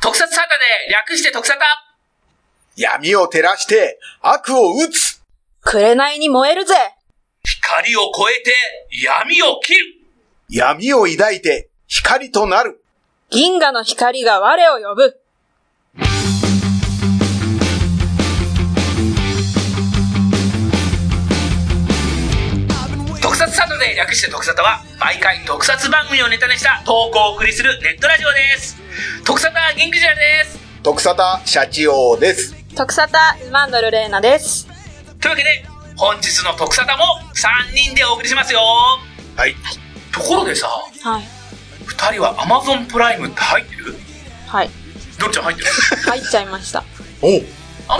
特撮サタで略して特サタ闇を照らして悪を打つ紅に燃えるぜ光を超えて闇を切る闇を抱いて光となる銀河の光が我を呼ぶ特撮サタで略して特サタは毎回特撮番組をネタにした投稿をお送りするネットラジオです特サタ銀クジラです徳沙汰社長です。特撮タイマンドルレーナです。というわけで本日の特サタも3人でお送りしますよはい。ところでさはい。 2人は Amazon プライムって入ってるはい。どっちゃん入ってる入っちゃいました。お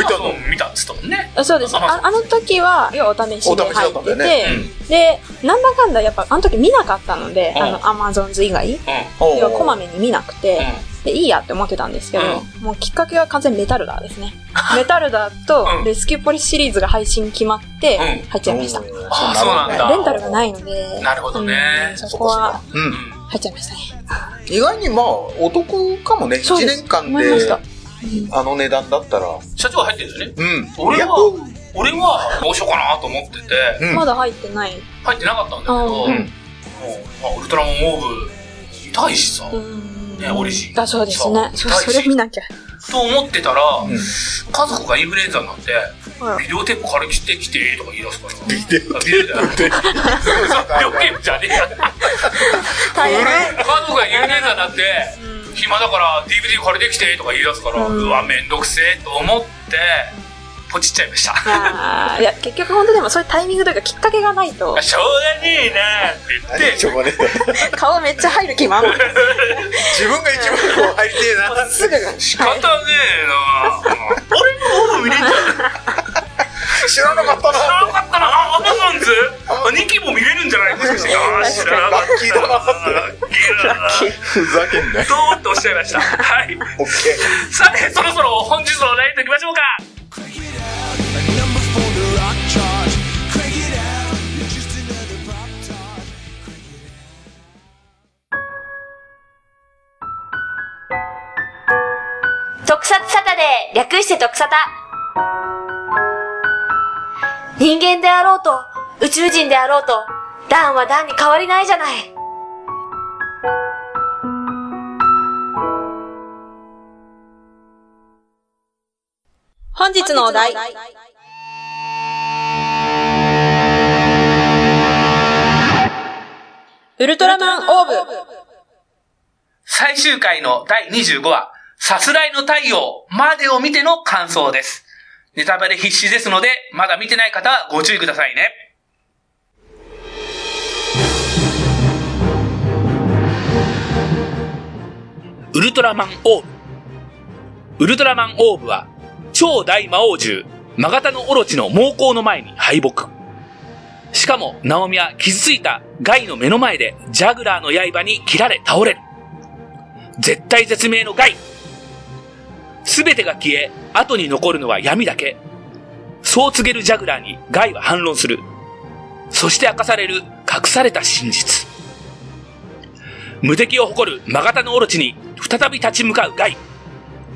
見たの Amazon 見たっつったもんねそうです。あ Amazon あの時は、要はお試しでお試しだ入ったんっだよてて、ねで、なんだかんだやっぱあの時見なかったので、うんあの、アマゾンズ以外、うんお要はこまめに見なくて、うで、いいやって思ってたんですけど、もうきっかけは完全にメタルダーですね。 メタルダーとうんレスキューポリスシリーズが配信決まってうん、入っちゃいました。レあそうなんだンタルがないので、なるほどねうんそこはうん。ん入っちゃいましたね。意外にまあ、お得かもね。そう1です年間思いましでた、あの値段だったら。社長は入ってるよねうん。俺やっは俺はどうしようかなと思っててうんまだ入ってない。入ってなかったんだけど、あーもううんまあ、ウルトラマンオーブ見たいしさ、うんねオリジンだそうですね。そそうう大事それ見なきゃ。と思ってたら、うん家族がインフルエンザになってはビデオテープ借りてきてとか言い出すからビデオテープって。 ビデオテープじゃねえや大変。家族がインフルエンザになってうん暇だから DVD 借りてきてとか言い出すから、ううんわめんどくせえと思ってポチっちゃいました、あーいや、結局本当でもそういうタイミングというかきっかけがない としょうがねえなって言っ何て しょうがねえ。顔めっちゃ入る気満々。自分が一番こう入りてえな。すぐ。仕方ねえな 俺のオーブ見れちゃう知らなかった知な。らなかったなあアマゾンズあニキも見れるんじゃないもしかしてあー知らなかラっッキーただな。ラッキーだなふざけんなよ。ドーンとおっしゃいましたはいオッケさてそろそろ本日のお題といきましょうか Numbers for the rock charge. Crank it out. It's just another pop tart. 特撮サタで略して特サタ。人間であろうと、宇宙人であろうと、ダンはダンに変わりないじゃない。 本日のお題。ウルトラマンオーブ。最終回の第25話、さすらいの太陽までを見ての感想です。ネタバレ必至ですので、まだ見てない方はご注意くださいね。ウルトラマンオーブ。ウルトラマンオーブは、超大魔王獣、マガタのオロチの猛攻の前に敗北。しかも、ナオミは傷ついたガイの目の前で、ジャグラーの刃に切られ倒れる。絶対絶命の害すべてが消え、後に残るのは闇だけ。そう告げるジャグラーにガイは反論する。そして明かされる隠された真実。無敵を誇るマガタのオロチに再び立ち向かうガイ。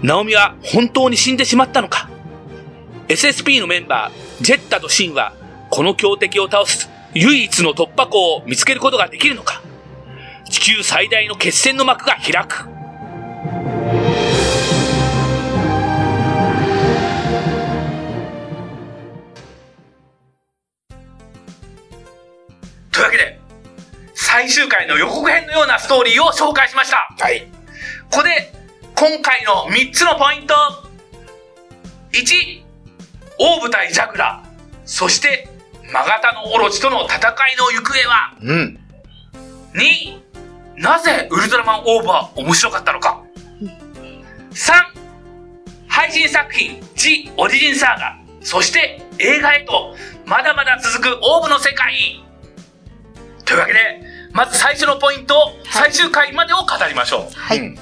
ナオミは本当に死んでしまったのか ?SSP のメンバー、ジェッタとシンは、この強敵を倒す唯一の突破口を見つけることができるのか地球最大の決戦の幕が開く。というわけで、最終回の予告編のようなストーリーを紹介しました。ー。はい。ここで、今回の3つのポイント。1、大舞台ジャグラー、そして、マガタのオロチとの戦いの行方はうん。 2なぜウルトラマンオーブは面白かったのか3配信作品「ジ・オリジンサーガ」そして映画へとまだまだ続くオーブの世界というわけでまず最初のポイント最終回までを語りましょうはいうん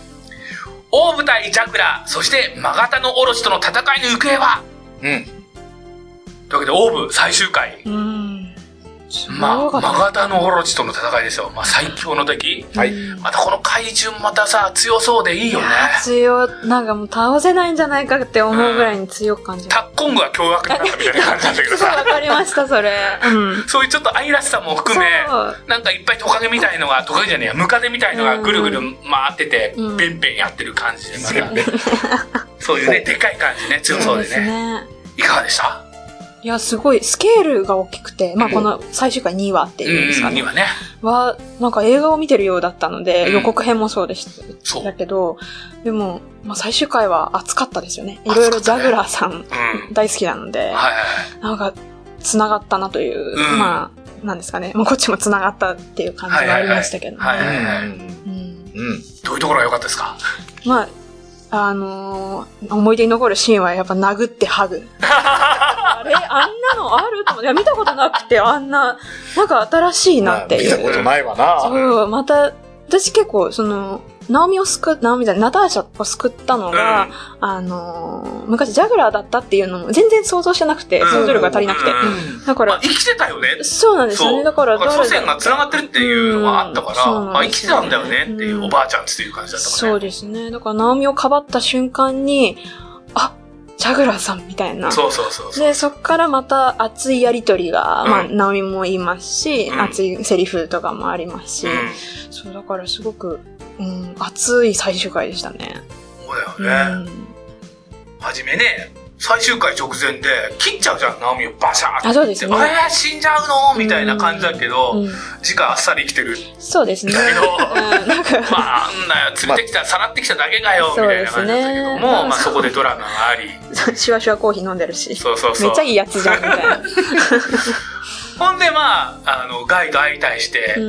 大舞台ジャグラーそしてマガタのオロチとの戦いの行方はうん。というわけでオーブ最終回うん。まあ、マガタノオロチとの戦いですよ。まあ、最強の敵。はい。またこの怪獣またさ、強そうでいいよね。強、なんかもう倒せないんじゃないかって思うぐらいに強く感じる。タッコングが凶悪になったみたいな感じなんだけど すごいわさ。かりま した、それ。うん。そういうちょっと愛らしさも含めそう、なんかいっぱいトカゲみたいのが、トカゲじゃねえや、ムカデみたいのがぐるぐる回ってて、うんペンペンやってる感じで、ま全た然そういうね、でかい感じね、強そうでね。ね。いかがでしたいや、すごい、スケールが大きくて、まあ、この最終回2話ってういうんですかん、ね今。ね。は、なんか映画を見てるようだったので、うん予告編もそうでした。そうだけど、でも、まあ、最終回は熱かったですよね。熱いかったねろいろジャグラーさんうん。はい大好きなので、はいはい。なんか、繋がったなという、うんまあ、なんですかね。まあ、こっちも繋がったっていう感じがありましたけど、ねはいはいはいはいうんうん。どういうところが良かったですかまあ、あのー思い出に残るシーンはやっぱ殴ってハ グ。あれあんなのあると思って、いや見たことなくて、あんな、なんか新しいなってい見たこう。とないわな。そう、また、私結構、その、ナオミを救っ、ナオミじゃない、ナターシャを救ったのが、あのー昔ジャグラーだったっていうのも全然想像してなくて、うん想像力が足りなくて。うんだかまあら、生きてたよね。そうなんですよそう。ね。だから、誰だ祖先が繋がってるっていうのはあったから、うんそうまなあ生んできすてよたんだよねっていううんおばあちゃんっていう感じだったからね。そうですね。だから、ナオミをかばった瞬間に、あ、ジャグラーさんみたいな。そうそうそうそう。で、そっからまた熱いやりとりが、うんまあ、ナオミも言いますし、うん熱いセリフとかもありますし、うんそう、だからすごく、うん、熱い最終回でしたね。そううだよね。んはじめね、最終回直前で切っちゃうじゃん、ナオミをバシャーって。あそうですねえー、死んじゃうのみたいな感じだけど、うん次回あっさり生きてる。そうですね。だけどうん、なんか、 まあ、あんなよ、連れてきた、さらってきただけかよ、みたいな感じだったけどそうですねも、まあそこでドラマがあり、シュワシュワコーヒー飲んでるし、そうそうそう。めっちゃいいやつじゃん、みたいな。ほんでまあ、あの、ガイと相対して、う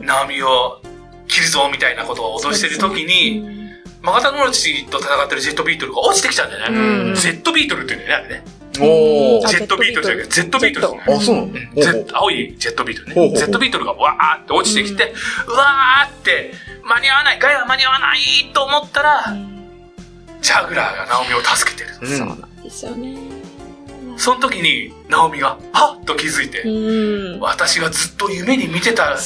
ん。ナオミを切るぞみたいなことを脅してる時に、マガタノロチと戦ってるジェットビートルが落ちてきちゃうんだよね。うんジェットビートルって言うんだよね、あれね。おー。あジェットビートルじゃなくて、ジェットビートルですね。あ、そうなのうんほうほうゼ青いジェットビートルほうほね。うジェットビートルがわーって落ちてきて、うわーって、間に合わない、ガイは間に合わないと思ったら、ジャグラーがナオミを助けてる。う。そうんなんですよね。その時に、ナオミが、はっと気づいてう、ん。私がずっと夢に見てた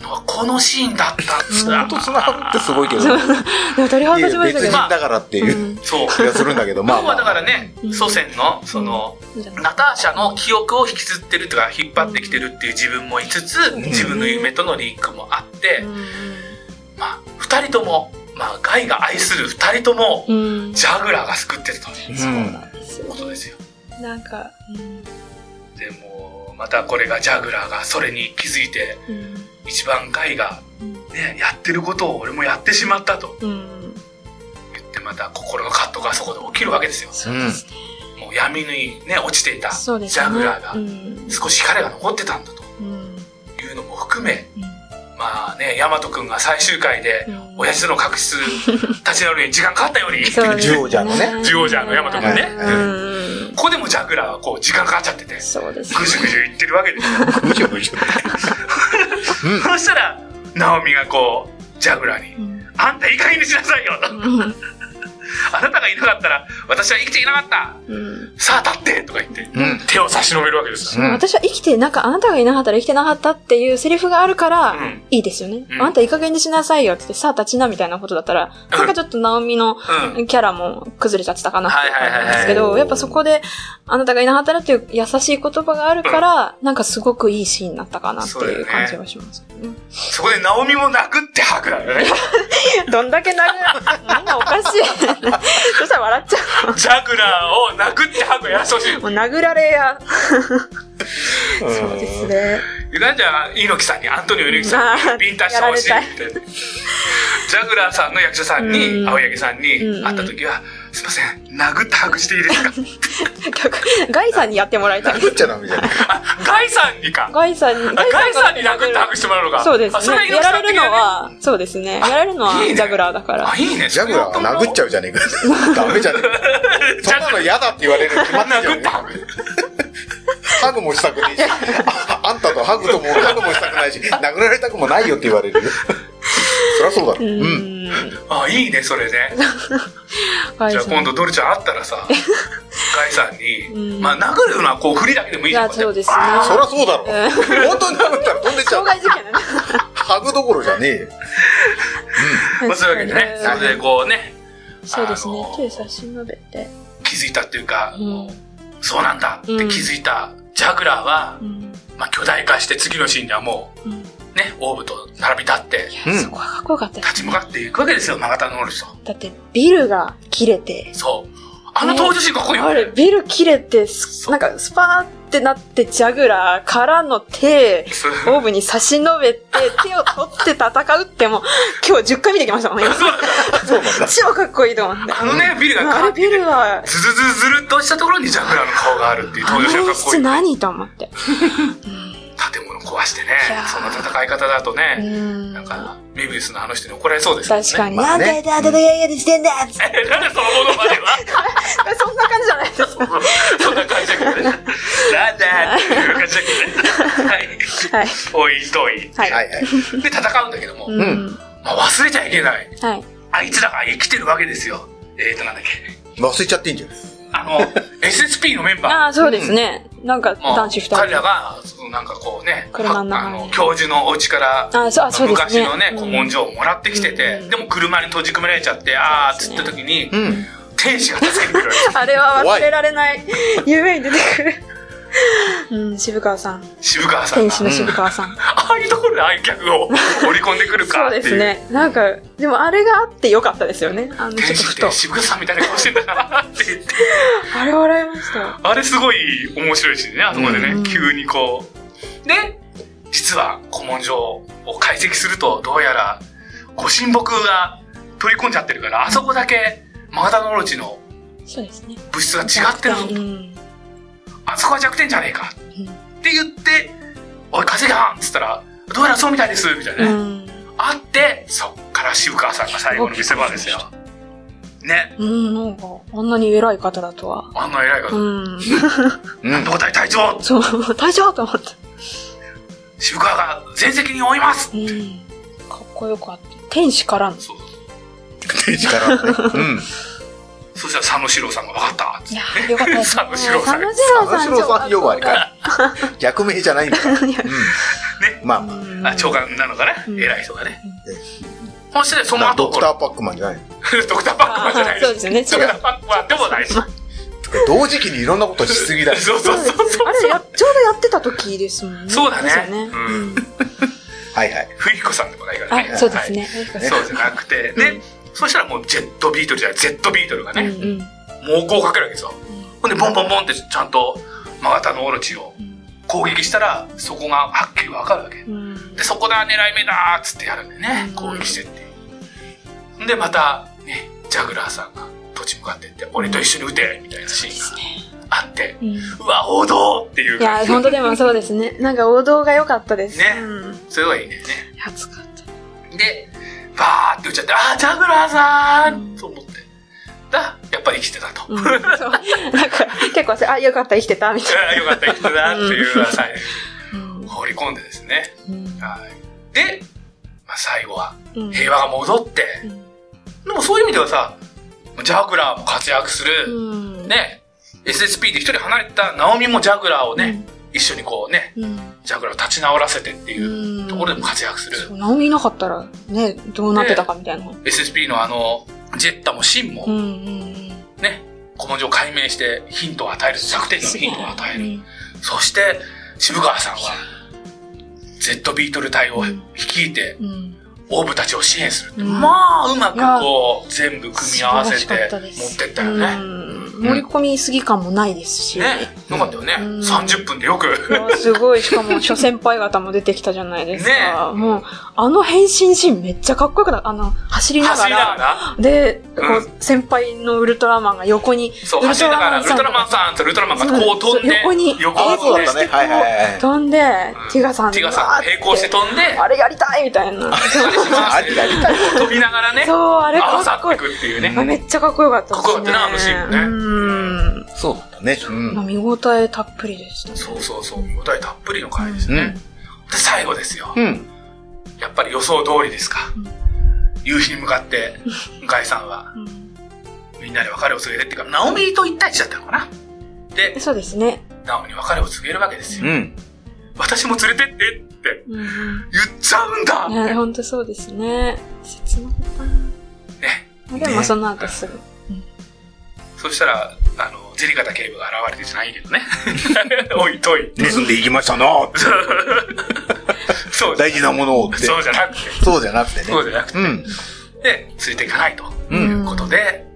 のはこのシーンだったんだ本当繋がってすごいけど。いでも鳥肌や立ちま別したけ人ど。だからってういうんそう。気がするんだけど、まあ要まはだかあ。。らねう、ん祖先の、その、ナターシャの記憶を引きずってるとか、引っ張ってきてるっていう自分もいつつ、自分の夢とのリンクもあってう、んまあ、二人とも、まあ、ガイが愛する二人とも、うん。ジャグラーが救ってるというそうんなんですよことですよ。なんか、うでも、またこれがジャグラーがそれに気づいて、んうん一番ガイが、ね、やってることを俺もやってしまったとうん。言って、また心の葛藤がそこで起きるわけですよ。うん。もう闇にね、落ちていたジそうですね。ャグラーうが、ん少し彼が残ってたんだとうんいうのも含め、まあね、ヤマト君が最終回でう、ん親父との確執立ち直るに時間かかったように、そうですねジオージャーのねジオージャーのヤマト君ねうんうんここでもジャグラーはこう時間かかっちゃってて、そうですねぐじゅぐじゅ言ってるわけですよ。むしょむしょ。そしたら、ナオミがこう、ジャグラーうに、んあんたいい加減にしなさいよと。うんあなたがいなかったら、私は生きていなかったうんさあ立ってとか言って、うん手を差し伸べるわけですよ。うん私は生きて、なんかあなたがいなかったら生きてなかったっていうセリフがあるから、うんいいですよね。うんあなたいい加減にしなさいよって言って、さあ立ちなみたいなことだったら、うんなんかちょっとナオミのうキャラも崩れちゃってたかなっていう感じですけはいはいはいど、はいやっぱそこで、あなたがいなかったらっていう優しい言葉があるから、なんかすごくいいシーンになったかなってそうだよいねう感じがします。うんそこでナオミも泣くって吐くだよね。どんだけなるみ んなおかしい。 そしたら笑っちゃジャグラーを泣くって吐くやらしてほしう。もう殴られや。そうですね。い。なんじゃ、猪木さんに、アントニオ猪木さんあにービンタしてほしいって。ジャグラーさんの役者さんに、うん青柳さんにうんうん会った時は、すいません、殴って吐くしていいですか逆 ガイさんにやってもらいたい。食っちゃダメじゃない。 あ、ガイさんにか。ガイさんに、あガイさんに殴って吐くしてもらうのか。そうですあそれはね。猪木やさらんれ的るなのねは、そうですね。やられるのいいねはジャグラーだからあ、。いいね。ジャグラーは殴っちゃうじゃねえか。ダメじゃね えか。そんなの嫌だって言われるに決まってんじゃ殴んって吐く。ハグもしたくねえし。ああんたとハグともハグもしたくないし、殴られたくもないよって言われるよ。そりゃそうだろ。ううん。ん。 あ、いいね、それね。ガイじゃあさ今ん。 度ドルちゃん会ったらさ、界遺産に、うんまあ、殴るのはこう振りだけでもいいいじゃんや、こうやそっうてですね。そりゃそうだろ。うん本当に殴ったら飛んでっちゃう。障害事件だね。ハグどころじゃねえよ。まあ、そういうわけでね、うんそれでこうねそうですねあの。手差し伸べて。気づいたっていうか、うんそうなんだって気づいたジャグラーは、うん。まあ、巨大化して次のシーンにはもうん。いうねオーブと並び立ってうんや、そこはかっこよかったです立ち向かっていくわけですよ永田のオルとだって、ビルが切れて。そうあの登場シーンかっこいいよあれ、ねビル切れて、すなんか、スパーってなって、ジャグラーからの手、そう オーブに差し伸べて、手を取って戦うってもう、今日10回見てきましたもんね。そうなんだ。超かっこいいと思って。あのねビルがあ変われ、ってビルは、ズズズズルっとしたところにジャグラーの顔があるっていうあ登場シーンのが演かっこい出いよね何と思って。建物壊してねいやーそんな戦い方だとうね、ん。なんかメビウスのあの人に怒られそうですよね確かに。まあ何回ね。であんたがやりやりしてんだっつってえなんでそのものまでは そんな感じじゃないですそんな感じだけどね。なんだっていう感じだけどね。はい。はい。おいとい。は。はいいはい。で、戦うんだけども、うんん。まあ、忘れちゃいけない。はい。あいつらが生きてるわけですよ。えーと、なんだっけ。忘れちゃっていいんじゃないあ の、SSP のメンバー。ああ、そうですね。なんか、もう男子二人。彼らが、そのなんかこうね、車の中あにの、教授のお家から、あそうあそうです昔ねのね、うん古文書をもらってきてて、うんでも車に閉じ込められちゃって、あーっそつうっですたね時に、うん。天使が助けてくれるわ け。あれは忘れられない。夢に出てくる。うん、渋川さん。渋川さん天が使、の渋川さん。ああいうところで愛客を織り込んでくる そかうっていでう。すね。なんか、でもあれがあってよかったですよね。あの、ちょ天っと使ふってと。渋川さんみたいな顔してんだなって言って。あれ笑いました。あれすごい面白いしね、あそこでね、うん急にこう。で、実は古文書を解析すると、どうやら、ご神木が取り込んじゃってるから、あそこだけ、マガタノオロチのそうですね。物質が違ってうる。ん。あそこは弱点じゃねえか。って言って、おい、稼がんっつったら、どうやらそうみたいです、みたいなうね。ん。あって、そっから渋川さんが最後の見せ場ですよ。ね、うん、なんか、あんなに偉い方だとは。あんな偉い方う。ん。うなんんと。答え隊長そう、大丈夫と思って。渋川が全責任を負いますうん。かっこよかった。天使からの。そう天使からね。うん。そしたら佐野史郎さんが分かったいやー、よかったですね。 佐野史郎さん佐野三史四郎郎ささん。ん4割か。逆名じ ゃないんだから。うん。ね。まあまあ。あ長官なのかな、うん偉い人がね、うんそしてその後ドクほタらーパックマンじゃないの ドクターパックマンじゃないそうですよね。違う。ドクターパックマンでもないしそう同時期にいろんなことしすぎだし。そうそうそうあれや、ちょうどやってた時ですもんね。そうだねですよねうんはいはい。冬彦さんでもないからねあ、そうですね。はいそうじゃなくてで、そしたらもうジェットビートルじゃないジェットビートルがうね、んうん。猛攻をかけるわけですよ、ほんでボンボンボンってちゃんとマガタのオロチを攻撃したらそこがはっきり分かるわけうん。でそこだ狙い目だーっつってやるんでねうん攻撃してってでまたねジャグラーさんが土地向かってって俺と一緒に撃てみたいなシーンがあってうん。いうんうわ王道っていう感や、じ本当でもそうですね。なんか王道が良かったです。ねうん。それはいいんだよね暑かった。でバーって撃っちゃってあージャグラーさーん、うんと思ってだやっぱり生きてたと、う ん。あそう。なんか、結構、あ、よかった、生きてた、みたいーよかった生きてたっていうのは最後な。に放り込んでですねうん。はいで、まあ、最後はうん。平和が戻って、でもそういう意味ではさジャグラーも活躍する、うん。。ね、SSP で一人離れてたナオミもジャグラーをね、一緒にこうね、うん。ジャグラーを立ち直らせてっていううんところでも活躍する。そう、ナオミいなかったら、ね、どうなってたかみたいな。 SSP のあの、ジェッタもシンもうんうんね、古文書を解明してヒントを与える、弱点うん。のすごヒいントを与えうる。んそして、渋川さんは、Z ビートル隊を率いて、うん。オーブたちを支援するって。うんまあ、うまくこう、全部組み合わせ素晴てらしかた持ですってったよね。うん盛り込みすぎ感もないですし。ね、よかったよね。うん30分でよく。いやすごい、しかも、諸先輩方も出てきたじゃないですか。ねもう、あの変身シーンめっちゃかっこよかった。あの、走りな走がりながら。ら、で、こうう、先輩のウルトラマンが横に、そう、走りながら、ウルトラマンんさんとウルトラマンがこう飛んで、横に横あをあ、そ飛うだんっでた、ね。はいはいはい。飛んで、ティガさんティガさん、並行してん飛んで、あれやりたいみたいな。ありだ、ありだ。飛びながらね、そう、あれ合わかさっっこいてくっていうね。い。めっちゃかっこよかったですかっね。こよかったなあのシーンねうんそうだったね。うんまあ。見応えたっぷりでしたね。そうそうそう、見応えたっぷりの回ですね。で、最後ですよ。うん。やっぱり予想通りですか。夕日に向かって、向井さんは、うんみんなに別れを告げるっていうか、ナオミと一対一だったのかな。で、そうですね。ナオミに別れを告げるわけですよ。うん。私も連れてってってうんうん言っちゃうんだっね、て。ほんとそうですね。切なかったなね。まあでも、ねまあその後すぐ。そしたら、あの、ジェリカタ警部が現れてじゃないけどね。 置いといて。 盗んでいきましたなってそう大事なものをって。そうじゃなくて。そうじゃなくてね。そうじゃなくて。うん。で、連れていかないとういん。うことで、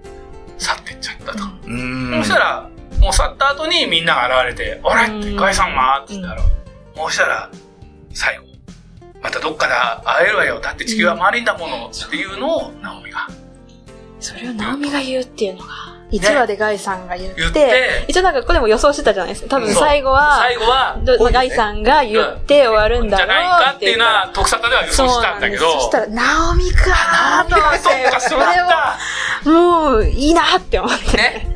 去っていっちゃったと。うんそしたら、もう去った後にみんなが現れて、あれって、ガイさんはって言ったら、そうしたら、最後、またどっかで会えるわよ。だって地球は丸いんだものっていうのを、ナオミが。それをナオミが言うっていうのが、1話でガイさんが言っ、言って一応なんかここでも予想してたじゃないですか。多分そう最後は、最後は、どこういうねガイさんが言って終わるんじだゃないろかうっていうのは、特撮では予そ想しうたなんんだだけけどど。、そしたら、ナオミかあーー、なんでそっか、とそう思って、だ俺はっ。もういいなって思ったて。ね。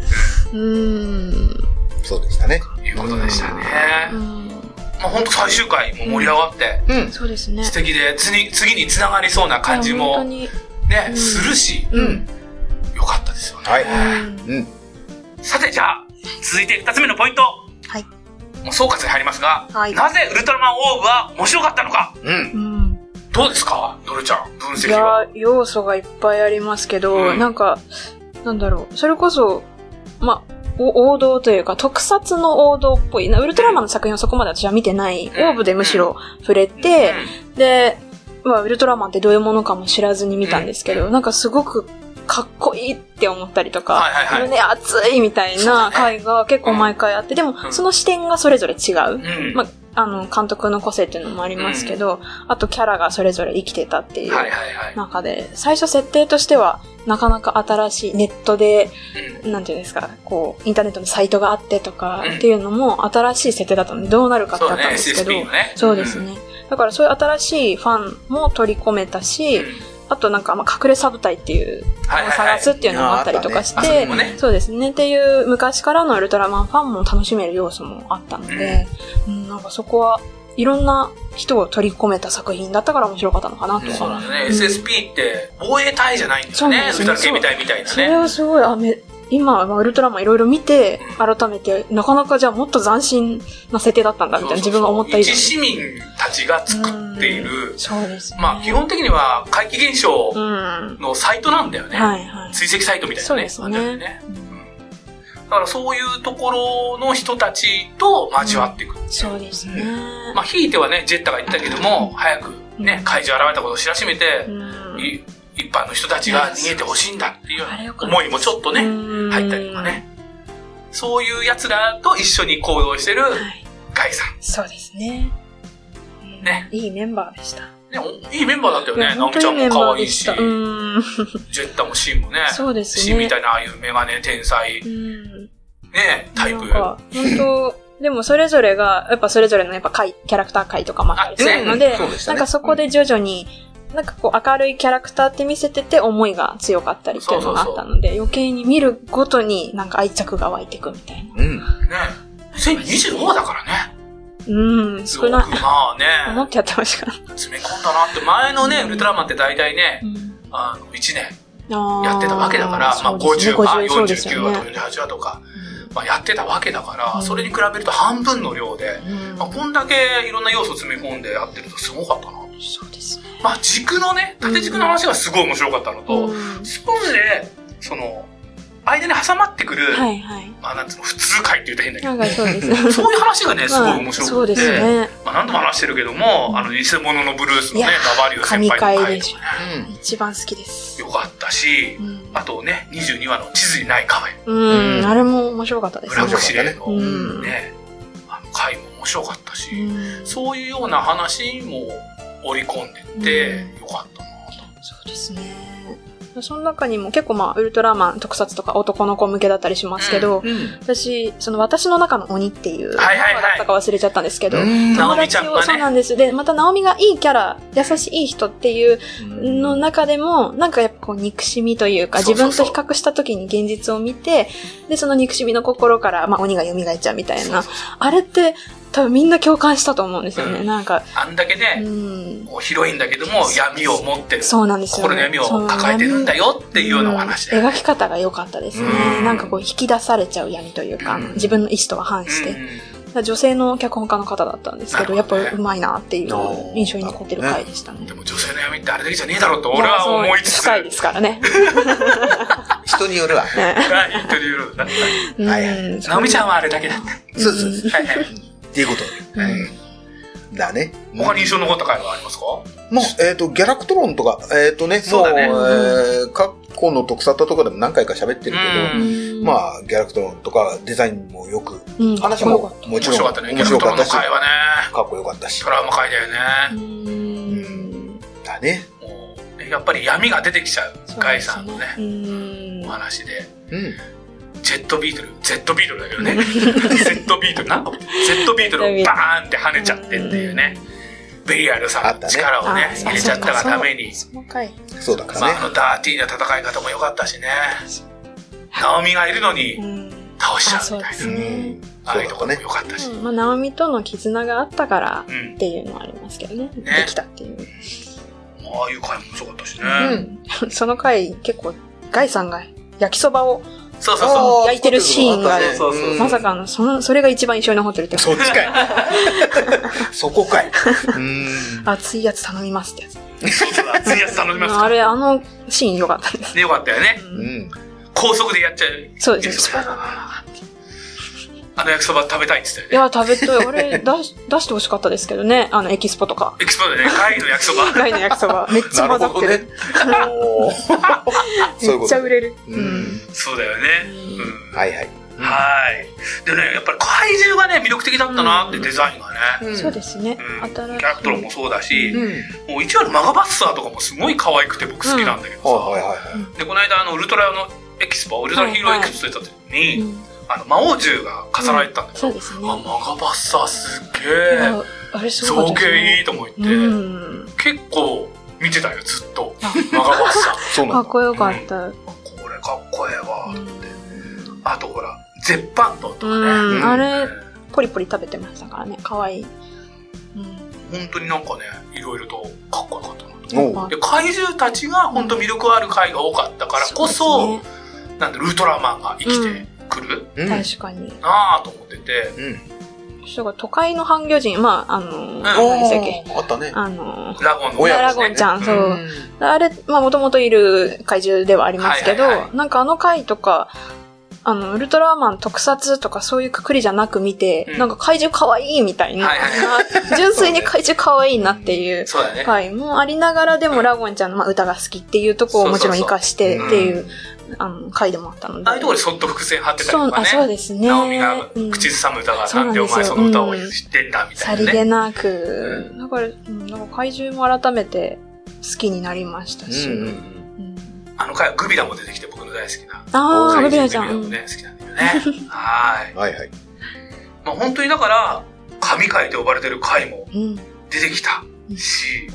うーん。そうでしたね。いうことでしたうね。んまあ本当最終回も盛り上がって、うん。そうですね。素敵で、次に次に繋がりそうな感じいや本も当、に。ね、うんするし、うん。よかったですよね。はい。うんうん。さてじゃあ、続いて二つ目のポイント。はい。もう総括に入りますが、はいなぜウルトラマンオーブは面白かったのかうん。うん。どうですかドルちゃん、分い析は。や、要素がいっぱいありますけど、うんなんか、なんだろう、それこそ、まあ、お王道というか、特撮の王道っぽい。なウルトラマンの作品はそこまで私は見てない。オんーブでむしろ触れて、で、まあ、ウルトラマンってどういうものかも知らずに見たんですけど、なんかすごくかっこいいって思ったりとか、はいはいはい胸熱いみたいな回が結構毎回あって、でも、うんその視点がそれぞれ違うう。ん。うん。まあ、あの、監督の個性っていうのもありますけど、あとキャラがそれぞれ生きてたっていう。はいはいはい。中で、最初設定としては、なかなか新しいネットで、なんていうんですか、こう、インターネットのサイトがあってとかうんっていうのも新しい設定だったので、どうなるかってそだうっだたんね、ですけど、 SSP のね。そうですね。だからそういう新しいファンも取り込めたうし、ん。うんあとなんか、まあ、隠れサブ隊っていう、はいはいは探い。すっていうのもあったりとかしいやーあったねあそて、こもねそうですね。っていう昔からのウルトラマンファンも楽しめる要素もあったので、うん、なんかそこはいろんな人を取り込めた作品だったから面白かったのかなとそうなんだね。うん SSP って防衛隊じゃないんだそようねな。ウんですルよトラ警備隊みたいなそれね。はすごい、あめ今、まあウルトラマンいろいろ見て、改めて、なかなかじゃあもっと斬新な設定だったんだ、みたいな自分が思った以上一に。市民たちが作っている、そうですね。まあ基本的には怪奇現象うん。はのサイトなんだよいね。はい。追跡サイトみたいなね。そうですねあったよだからそういうところの人たちと交わっていく。そうですね。まあ、ひいてはね、ジェッタが言ったけども、早くね、怪獣現れたことを知らしめてう、んい一般の人たちが逃げてほしいんだっていうようあれよなかった思いもちょっとね、うん入ったりとかね。そういう奴らと一緒に行動してるはい。ガイさん。そうですね。うんね。いいメンバーでした。ね、おいいメンバーだったよいやね。ナオ本ミ当ちゃにんもメンバ可ー愛でいしし、た。うん。ジェッタもシンもね、そうですねシンみたいなああいうメガネ天才、うん。ね、タイプ。なんか、本 当でもそれぞれが、やっぱそれぞれのやっぱ回、キャラクター回とかもあったりするのあうんで、そうでしたなねんかそこで徐々に、なんかこう明るいキャラクターって見せてて思いが強かったりっていうのがあったので、余計に見るごとになんか愛着が湧いてくみたいな。うん。ね、1025だからね。うん、す少ごく、まない。あね思っ。てやって ましたから。詰め込んだなって前のね、ウルトラマンって大体ね、うんあの1年あーやってたわけだから、まあそうです50ね話、そうです49よ話とね。 48話とか、まあ、やってたわけだから、うんそれに比べると半分の量で、うんまあ、こんだけいろんな要素詰め込んでやってるとすごかったな。そうですね。まあ軸のね、縦軸の話がすごい面白かったのと、うんスプーンで、その、間に挟まってくる、はいはい。まあなんつうの、普通回って言うと変だけなんど、かそうですね。そういう話 がね、 すごい面白くて、そうですね。まあ何度も話してるけども、あの、偽物のブルースのねいや、ババリオ先輩神の回回でとしか一番好きですね、。よかったし、うんあとね、22話の地図にないカフェ、ううんん、あれも面白かったですブねラックシレの、うんね、あの回も面白かったし、うんそそういうような話も織り込んでって、よかったなうですね。その中にも結構まあ、ウルトラマン特撮とか男の子向けだったりしますけど、うん。私、その私の中の鬼っていう、はいはいはいだったか忘れちゃったんですけど、うんナオ友ミちゃんが達ねを、そうなんです。で、またナオミがいいキャラ、優しい人っていうの中でも、なんかやっぱこう憎しみというか、そう自そう分そうと比較した時に現実を見て、で、その憎しみの心から、まあ鬼が蘇っちゃうみたいな。あれって、多分みんな共感したと思うんですよね。なんか、あんだけうね、ん。こう広いんだけども闇を持ってるそうなんですよ心ね。の闇を抱えてるんだよっていうようなお話うでん描き方が良かったですうね。んなんかこう引き出されちゃう闇というか、うん自分の意思とは反して。女性の脚本家の方だったんですけど、なやるほっどぱねうまいなっていうおー印象に残ってる回でしたね。でも女性の闇ってあれだけじゃねえだろうと俺は思いつつ深いですか らね。人によるわ。が言ってるようなうんはいはいうん直美ちゃんはあれだけだっそうそう。たはいはいっていうこと。うん。だね。他に印象に残った回はありますかもう、えっ、と、ギャラクトロンとか、えっ、とね、そうだねもう、えー過去の特撮とかでも何回か喋ってるうけど、んまあ、ギャラクトロンとかデザインもよく、うん話かっもこもち面白ろかんったね。ギャ面ル白トロかっのたし、回かはね、っこよかったしト。ラウマ回だよよね。うんだね。もうやっぱり闇が出てきちゃうそうガでイさすんのねね、うんお話で。うん。ジェットビートル、ジェットビートルだけどね。Z ビートル、なんか、Z ビートルをバーンって跳ねちゃってっていうね。ベリアルさんの力をねあ、そう入れちゃったがために。その回そうだったまあ、あね。のダーティーな戦い方も良かったしね。ナオミがいるのうにん倒しちゃうみあたそうでいなすね。うんあそあういうとだっこたろねも。良かったし。まあ、ナオミとの絆があったからうんっ。ていうのはありますけどね。ねできたっていう。ああいう回も面白かったしね。うん その回、結構、ガイさんが焼きそばを、そうそうそう。あ焼いてるシーンがそうそうそううんまさかの、その、それが一番印象に残ってるって。そっち かい。そこかい。うん。熱いやつ頼みますってやつ。熱いやつ頼みますあかれ、あのシーン良かったです。で、よかったよね。うん。高速でやっちゃう。そうですね。あの焼きそば食べたいって言っいたよね。や、食べたい。あれ、出し、出してほしかったですけどね。あの、エキスポと か。エキスパーでね、貝の焼きそ ば。ガイの焼きそば。めっちゃなる混ざっほてどねる。。 おーそういうめこっちゃと売。れる。ううんん。そうだよね。うん。はいはい。はい。でね、やっぱり怪獣がね、魅力的だったなって、デザインがね。そうですねうん。。新しい。キャラクトロンもそうだし、うん。もう一応マガバッサーとかもすごい可愛くて僕好きなんだけどはいはいさ。はいはい。で、この間、あの、ウルトラのエキスポ、ウルトラヒーローエキスポ出た時うに、んあの、魔王獣が飾られてたんだけど、そうですね。あ、マガバッサーすっいげえや。あれすごか造ったです形いねいと思って、うん。結構見てたよ、ずっと。マガバッサー。そうかなんっだ。こよかった。これかっこええわう。んあとほら、絶版刀とかうね。ん、あれ、ポリポリ食べてましたからね。可愛い。うん。本当になんかね、いろいろとかっこよかったなと。おうやっで、怪獣たちが本当魅力ある回が多かったからこそ、うですなんで、ウルトラマンが生きてくるうん。ね確かに。なぁと思ってて、うん。そうか、都会の半魚人、まあ、あの、何でしたっけあったね。あの、ラゴンの親親子ラゴンちゃん、そうう。んあれ、まあ、もともといる怪獣ではありますけどはいはいは、なんかあの回とか、あの、ウルトラマン特撮とかそういうくくりじゃなく見てうん、なんか怪獣可愛いみたいなはいは、 純粋に怪獣可愛いなっていうそうだね。はい、もうありながらでもラゴンちゃんのまあ歌が好きっていうとこをもちろん活かしてっていう、あの、回でもあったので。ああいうところでそっと伏線張ってたりそうとかあそうね。ですね。ナオミがうん口ずさむ歌が、そなうなんんででおすよ前その歌をうん知ってんだみたさいりなげね。なく、だから、うん、なんか怪獣も改めて好きになりましたうし。んうんうんあの回はグビラも出てきて僕の大好きな。ああ、怪グビ獣ラちゃん。グビラもね、好きなんだよ ね。はーい。うん。はいはい。まあ本当にだから、神回と呼ばれてる回もうん。出てきたし、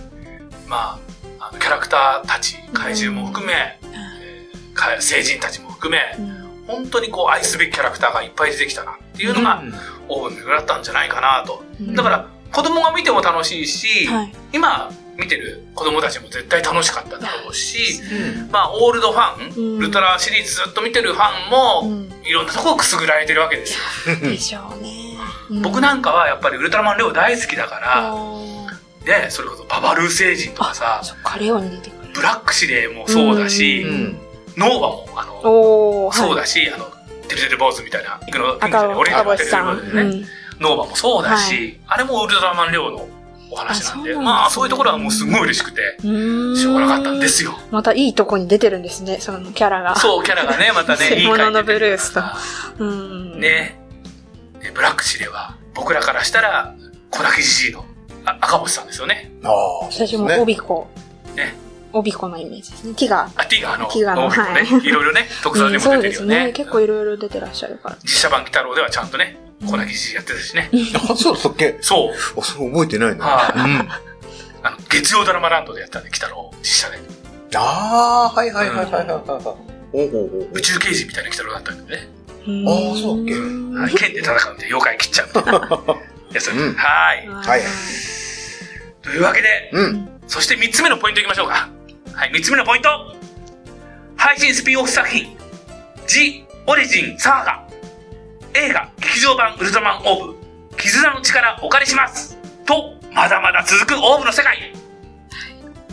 まあ、あのキャラクターたち、怪獣も含め、えーか成人たちも含め、うん本当にこう愛すべきキャラクターがいっぱい出てきたなっていうのが、オーブンだったんじゃないかなと。うんだから、子供が見ても楽しいし、はい。今見てる子供たちも絶対楽しかっただろうし、うんまあ、オールドファン、うんウルトラシリーズずっと見てるファンも、うんいろんなとこをくすぐられてるわけですよ。でしょうね。うん僕なんかはやっぱりウルトラマンレオ大好きだから、あね、それこそババルー星人とかさー、そっか、レオに出てくる。ブラックシレーもそうだし、ううん。ノーバも、あの、おお、はい、そうだし、あの、てるてる坊主みたいな、いくの、いくのじゃ赤ない星俺ら赤がて星るてるさ坊ん。主だよね、うんノーバもそうだし、あれもウルトラマン量のお話なんで、あそうなんですねまあ、そういうところはもうすごい嬉しくて、うーんしょうがなかったんですよ。またいいとこに出てるんですね、そのキャラが。そう、キャラがね、ま たね、いいもの感のじブで。ルースと。うん。ね。でブラックシレーは、僕らからしたら、小泣きじじいのあ赤星さんですよね。ああ。私もね帯子。ね。帯子のイメージですね。ティガー。あ、ティガーの、ティガーのノーバもね、はいいろいろね、特撮うでんそもう出でてるよすね。ね。結構いろいろ出てらっしゃるから。実写版鬼太郎ではちゃんとね、小泣きじじいやってたしね。あ、そうだったっけそう。あ、それ覚えてないな。はうん。あの、月曜ドラマランドでやったんで、鬼太郎、実写で。ああ、はいはいはいはいはいはい。おうおうおう宇宙刑事みたいな鬼太郎だったんでね。うんあーそうだっけうん剣で戦うんで妖怪切っちゃうみたいな。やつ。うんはーい。はいというわけで、うん。そして3つ目のポイントいきましょうか。はい、3つ目のポイント。配信スピンオフ作品、ジ・オリジン・サーガ、映画、劇場版ウルトラマン・オーブ、絆の力お借りします。と、まだまだ続くオーブの世界。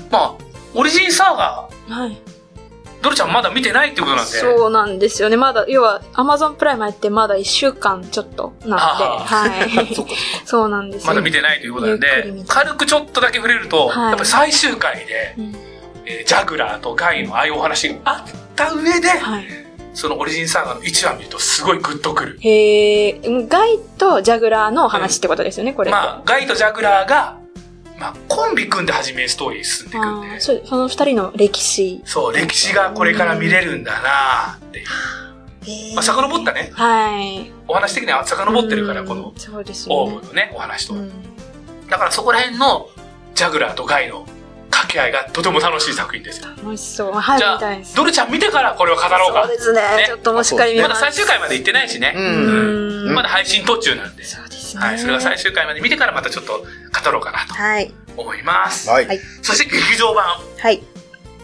まあ、オリジン・サーガ、はい。ドルちゃんまだ見てないってことなんで。そうなんですよね。まだ、要は、アマゾンプライムやってまだ1週間ちょっとなんで、ああは い。そっか。そうなんですよ。まだ見てないということなんゆっくりで見、て軽くちょっとだけ触れると、はやいっぱり最終回で、うんえージャグラーとガイのああいうお話があった上で、はい。そのオリジンサーガの1話見るとすごいグッとくる。へえ、ガイとジャグラーの話ってことですよね、これ。まあ、ガイとジャグラーが、まあ、コンビ組んで初めストーリー進んでいくんあでー、そうその二人の歴史。そう、歴史がこれから見れるんだなーっていう。まあ、遡ったね、はい。お話的には遡ってるから、うんこの、そうですよオねーブのね、お話とう。んだからそこら辺の、ジャグラーとガイの掛け合いがとても楽しい作品ですよ。美味しそう。はい、じゃみたいあです。、ドルちゃん見てからこれを語ろうかそう。ですねねちょっともしっかり見まだます。最終回まで行ってないしね。うんうんまだ配信途中なんで。そうですね。はい、それが最終回まで見てからまたちょっと語ろうかなはい。と思います。はい。はいそして劇場版、はい。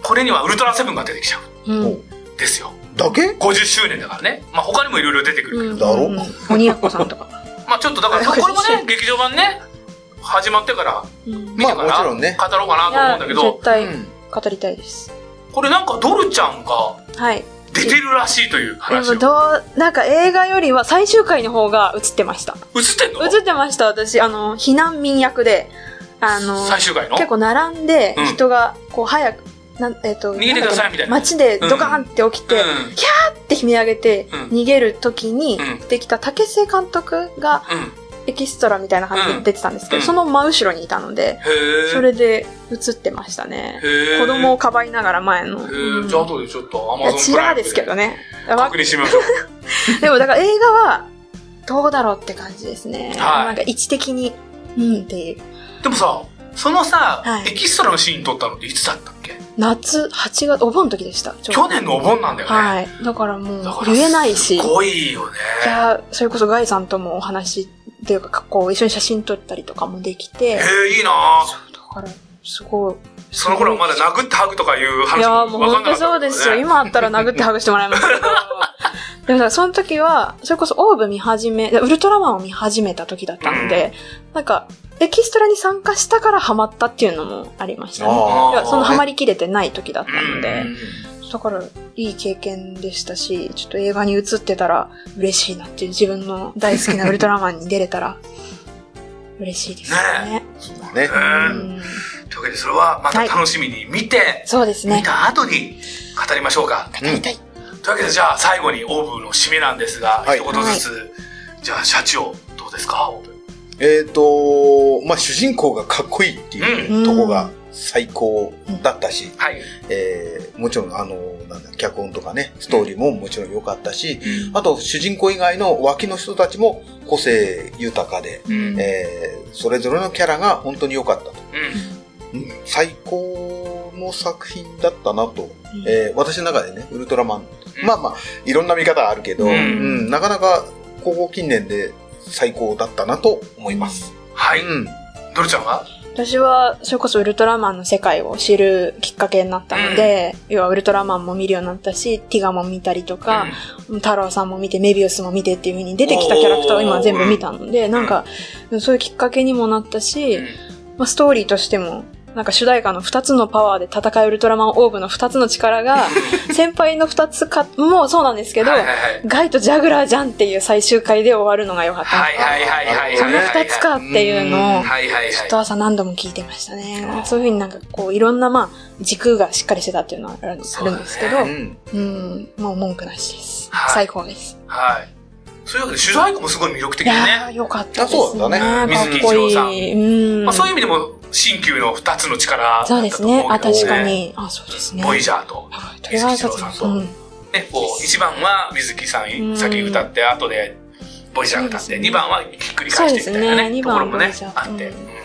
これにはウルトラセブンが出てきちゃううん。んですよ。だけ50周年だからね。まあ他にもいろいろ出てくるけど。うんだろうん鬼奴さんとか。まあちょっとだから、あこれもね50、劇場版ね、始まってからうん見てかまあもらち語ろろうんねかなと思うんだけいやど絶、対うん語りたいです。これなんかドルちゃんがはい。出てるらしいというで話を。もどう、なんか映画よりは最終回の方が映ってました。映ってんの映ってました、私。あの、避難民役で、あの、最終回の結構並んでうん、人が、こう、早く、なんえっと、逃げてくださいみたいな街でドカーンって起きて、うんキャーって悲鳴上げて、うん逃げる時にうん、出てきた竹瀬監督がうん。エキストラみたいな感じで出てたんですけど、うんその真後ろにいたので、へえ。それで映ってましたね。へー子供をかばいながら前の。えうー、んじゃあ後でちょっとアいマやゾンチプラライムですけどね。確認してみましょう。でもだから映画は、どうだろうって感じですね。はいなんか位置的に、うんっていう。でもさ、そのさ、はいエキストラのシーン撮ったのっていつだったっけ夏、8月、お盆の時でした。ちょうど去年のお盆なんだよね。はい。だからもうだか、ら言えないし。すごいよね。いや、それこそガイさんともお話っていうか、こう、一緒に写真撮ったりとかもできて、えだー、いいなぁから、すごい。その頃はまだ殴ってハグとかいうい話やももうわか本んなか当ったそもうんね、ですよ。今あったら殴ってハグしてもら いますけど。 でもさ、その時は、それこそオーブ見始め、ウルトラマンを見始めた時だったので、なんか、エキストラに参加したからハマったっていうのもありましたね。あいやそのハマりきれてない時だったのうであ。ん。だから、いい経験でしたし、ちょっと映画に映ってたら嬉しいなっていう、自分の大好きなウルトラマンに出れたら、嬉しいですね。そうだね。ううんんというわけで、それはまた楽しみに見て、そうですね見。た後に語りましょうか。うん。というわけで、じゃあ最後にオーブの締めなんですが、はい一言ずつ、じゃあ社長、どうですかオーブ。えっと、まあ、主人公がかっこいいってういんうとこが最高だったし、はい。えーもちろん、あの、なんだ、脚本とかね、ストーリーももちろん良かったし、あと、主人公以外の脇の人たちも個性豊かで、うん。えーそれぞれのキャラが本当に良かったと。うん最高の作品だったなと、えー私の中でね、ウルトラマン、うんまあまあ、いろんな見方あるけど、ううんんなかなか、ここ近年で最高だったなと思います。はうい。ん。ドルちゃんは私は、それこそウルトラマンの世界を知るきっかけになったので、要はウルトラマンも見るようになったし、ティガも見たりとか、太郎さんも見て、メビウスも見てっていう風に出てきたキャラクターを今全部見たので、なんか、そういうきっかけにもなったし、うんまあ、ストーリーとしても、なんか主題歌の2つのパワーで戦うウルトラマンオーブの2つの 力が、先輩の2つか、もうそうなんですけど、はいはいはいガイとジャグラーじゃんっていう最終回で終わるのが良かった。はいはいはいはいはいはい。その2つかっていうのを、はいはいはい。ちょっと朝何度も聞いてましたね。そういうふうになんかこう、いろんなまあ、軸がしっかりしてたっていうのはあるんですそうだねけど、うん。うん、もう文句なしです。はい最高です。はい。そういうわけで、主題歌もすごい魅力的いでやー、ね。良かったですね。あそうだねかっ水木こ一郎さんいい。うん。まあそういう意味でも、新旧の二つの力だそうっでたすと思うねけ。どあ、確か。に。あ、そうですね。ボイジャーと。とりあえず、うん。ね、こう、一番は水木さうんん先に歌って、後でボイジャー歌っそうて、ですね二番はひっくり返してみたいなそうでね、すねところもね二、番あはボっイジてャー。うん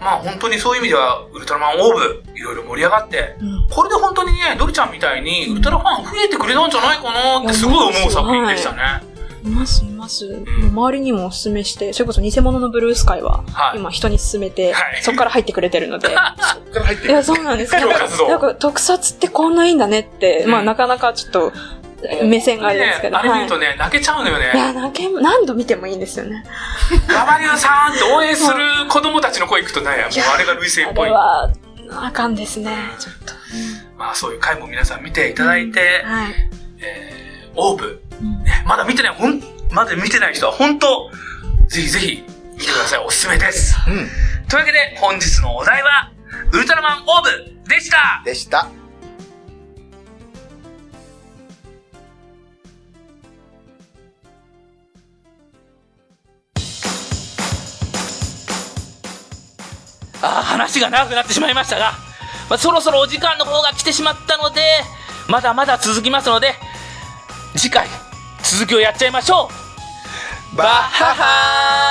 まあ本当にそういう意味では、ウルトラマンオーブ、いろいろ盛り上がって、うんこれで本当にね、ドルちゃんみたいに、ウルトラファン増えてくれたんじゃないかなってすごい思う作品でしたね。います、います。もう周りにもお勧めして、それこそ偽物のブルースカイはは、い今人に勧めて、はいそこから入ってくれてる ので。そっから入っていや、そうなんです企業活動なんか特撮ってこんないいんだねって、うんまあなかなかちょっと目線があれですけど。ねあれ見はいるとね、泣けちゃうのよいね。や、なんけ何度見てもいいんですよね。ガバリューさんって応援する子供たちの声聞くとね、もうあれが類線あっぽいれ。は、あかんですね、ちょっと。まあそういう回も皆さん見ていただいて、はい。えーオーブ、うんねまだ見てない、ほん、まだ見てない人は本当、ぜひぜひ見てください。おすすめです。うん。というわけで本日のお題は、ウルトラマンオーブでしたでした。あー話が長くなってしまいましたが、まあ、そろそろお時間の方が来てしまったのでまだまだ続きますので次回続きをやっちゃいましょうバッハハー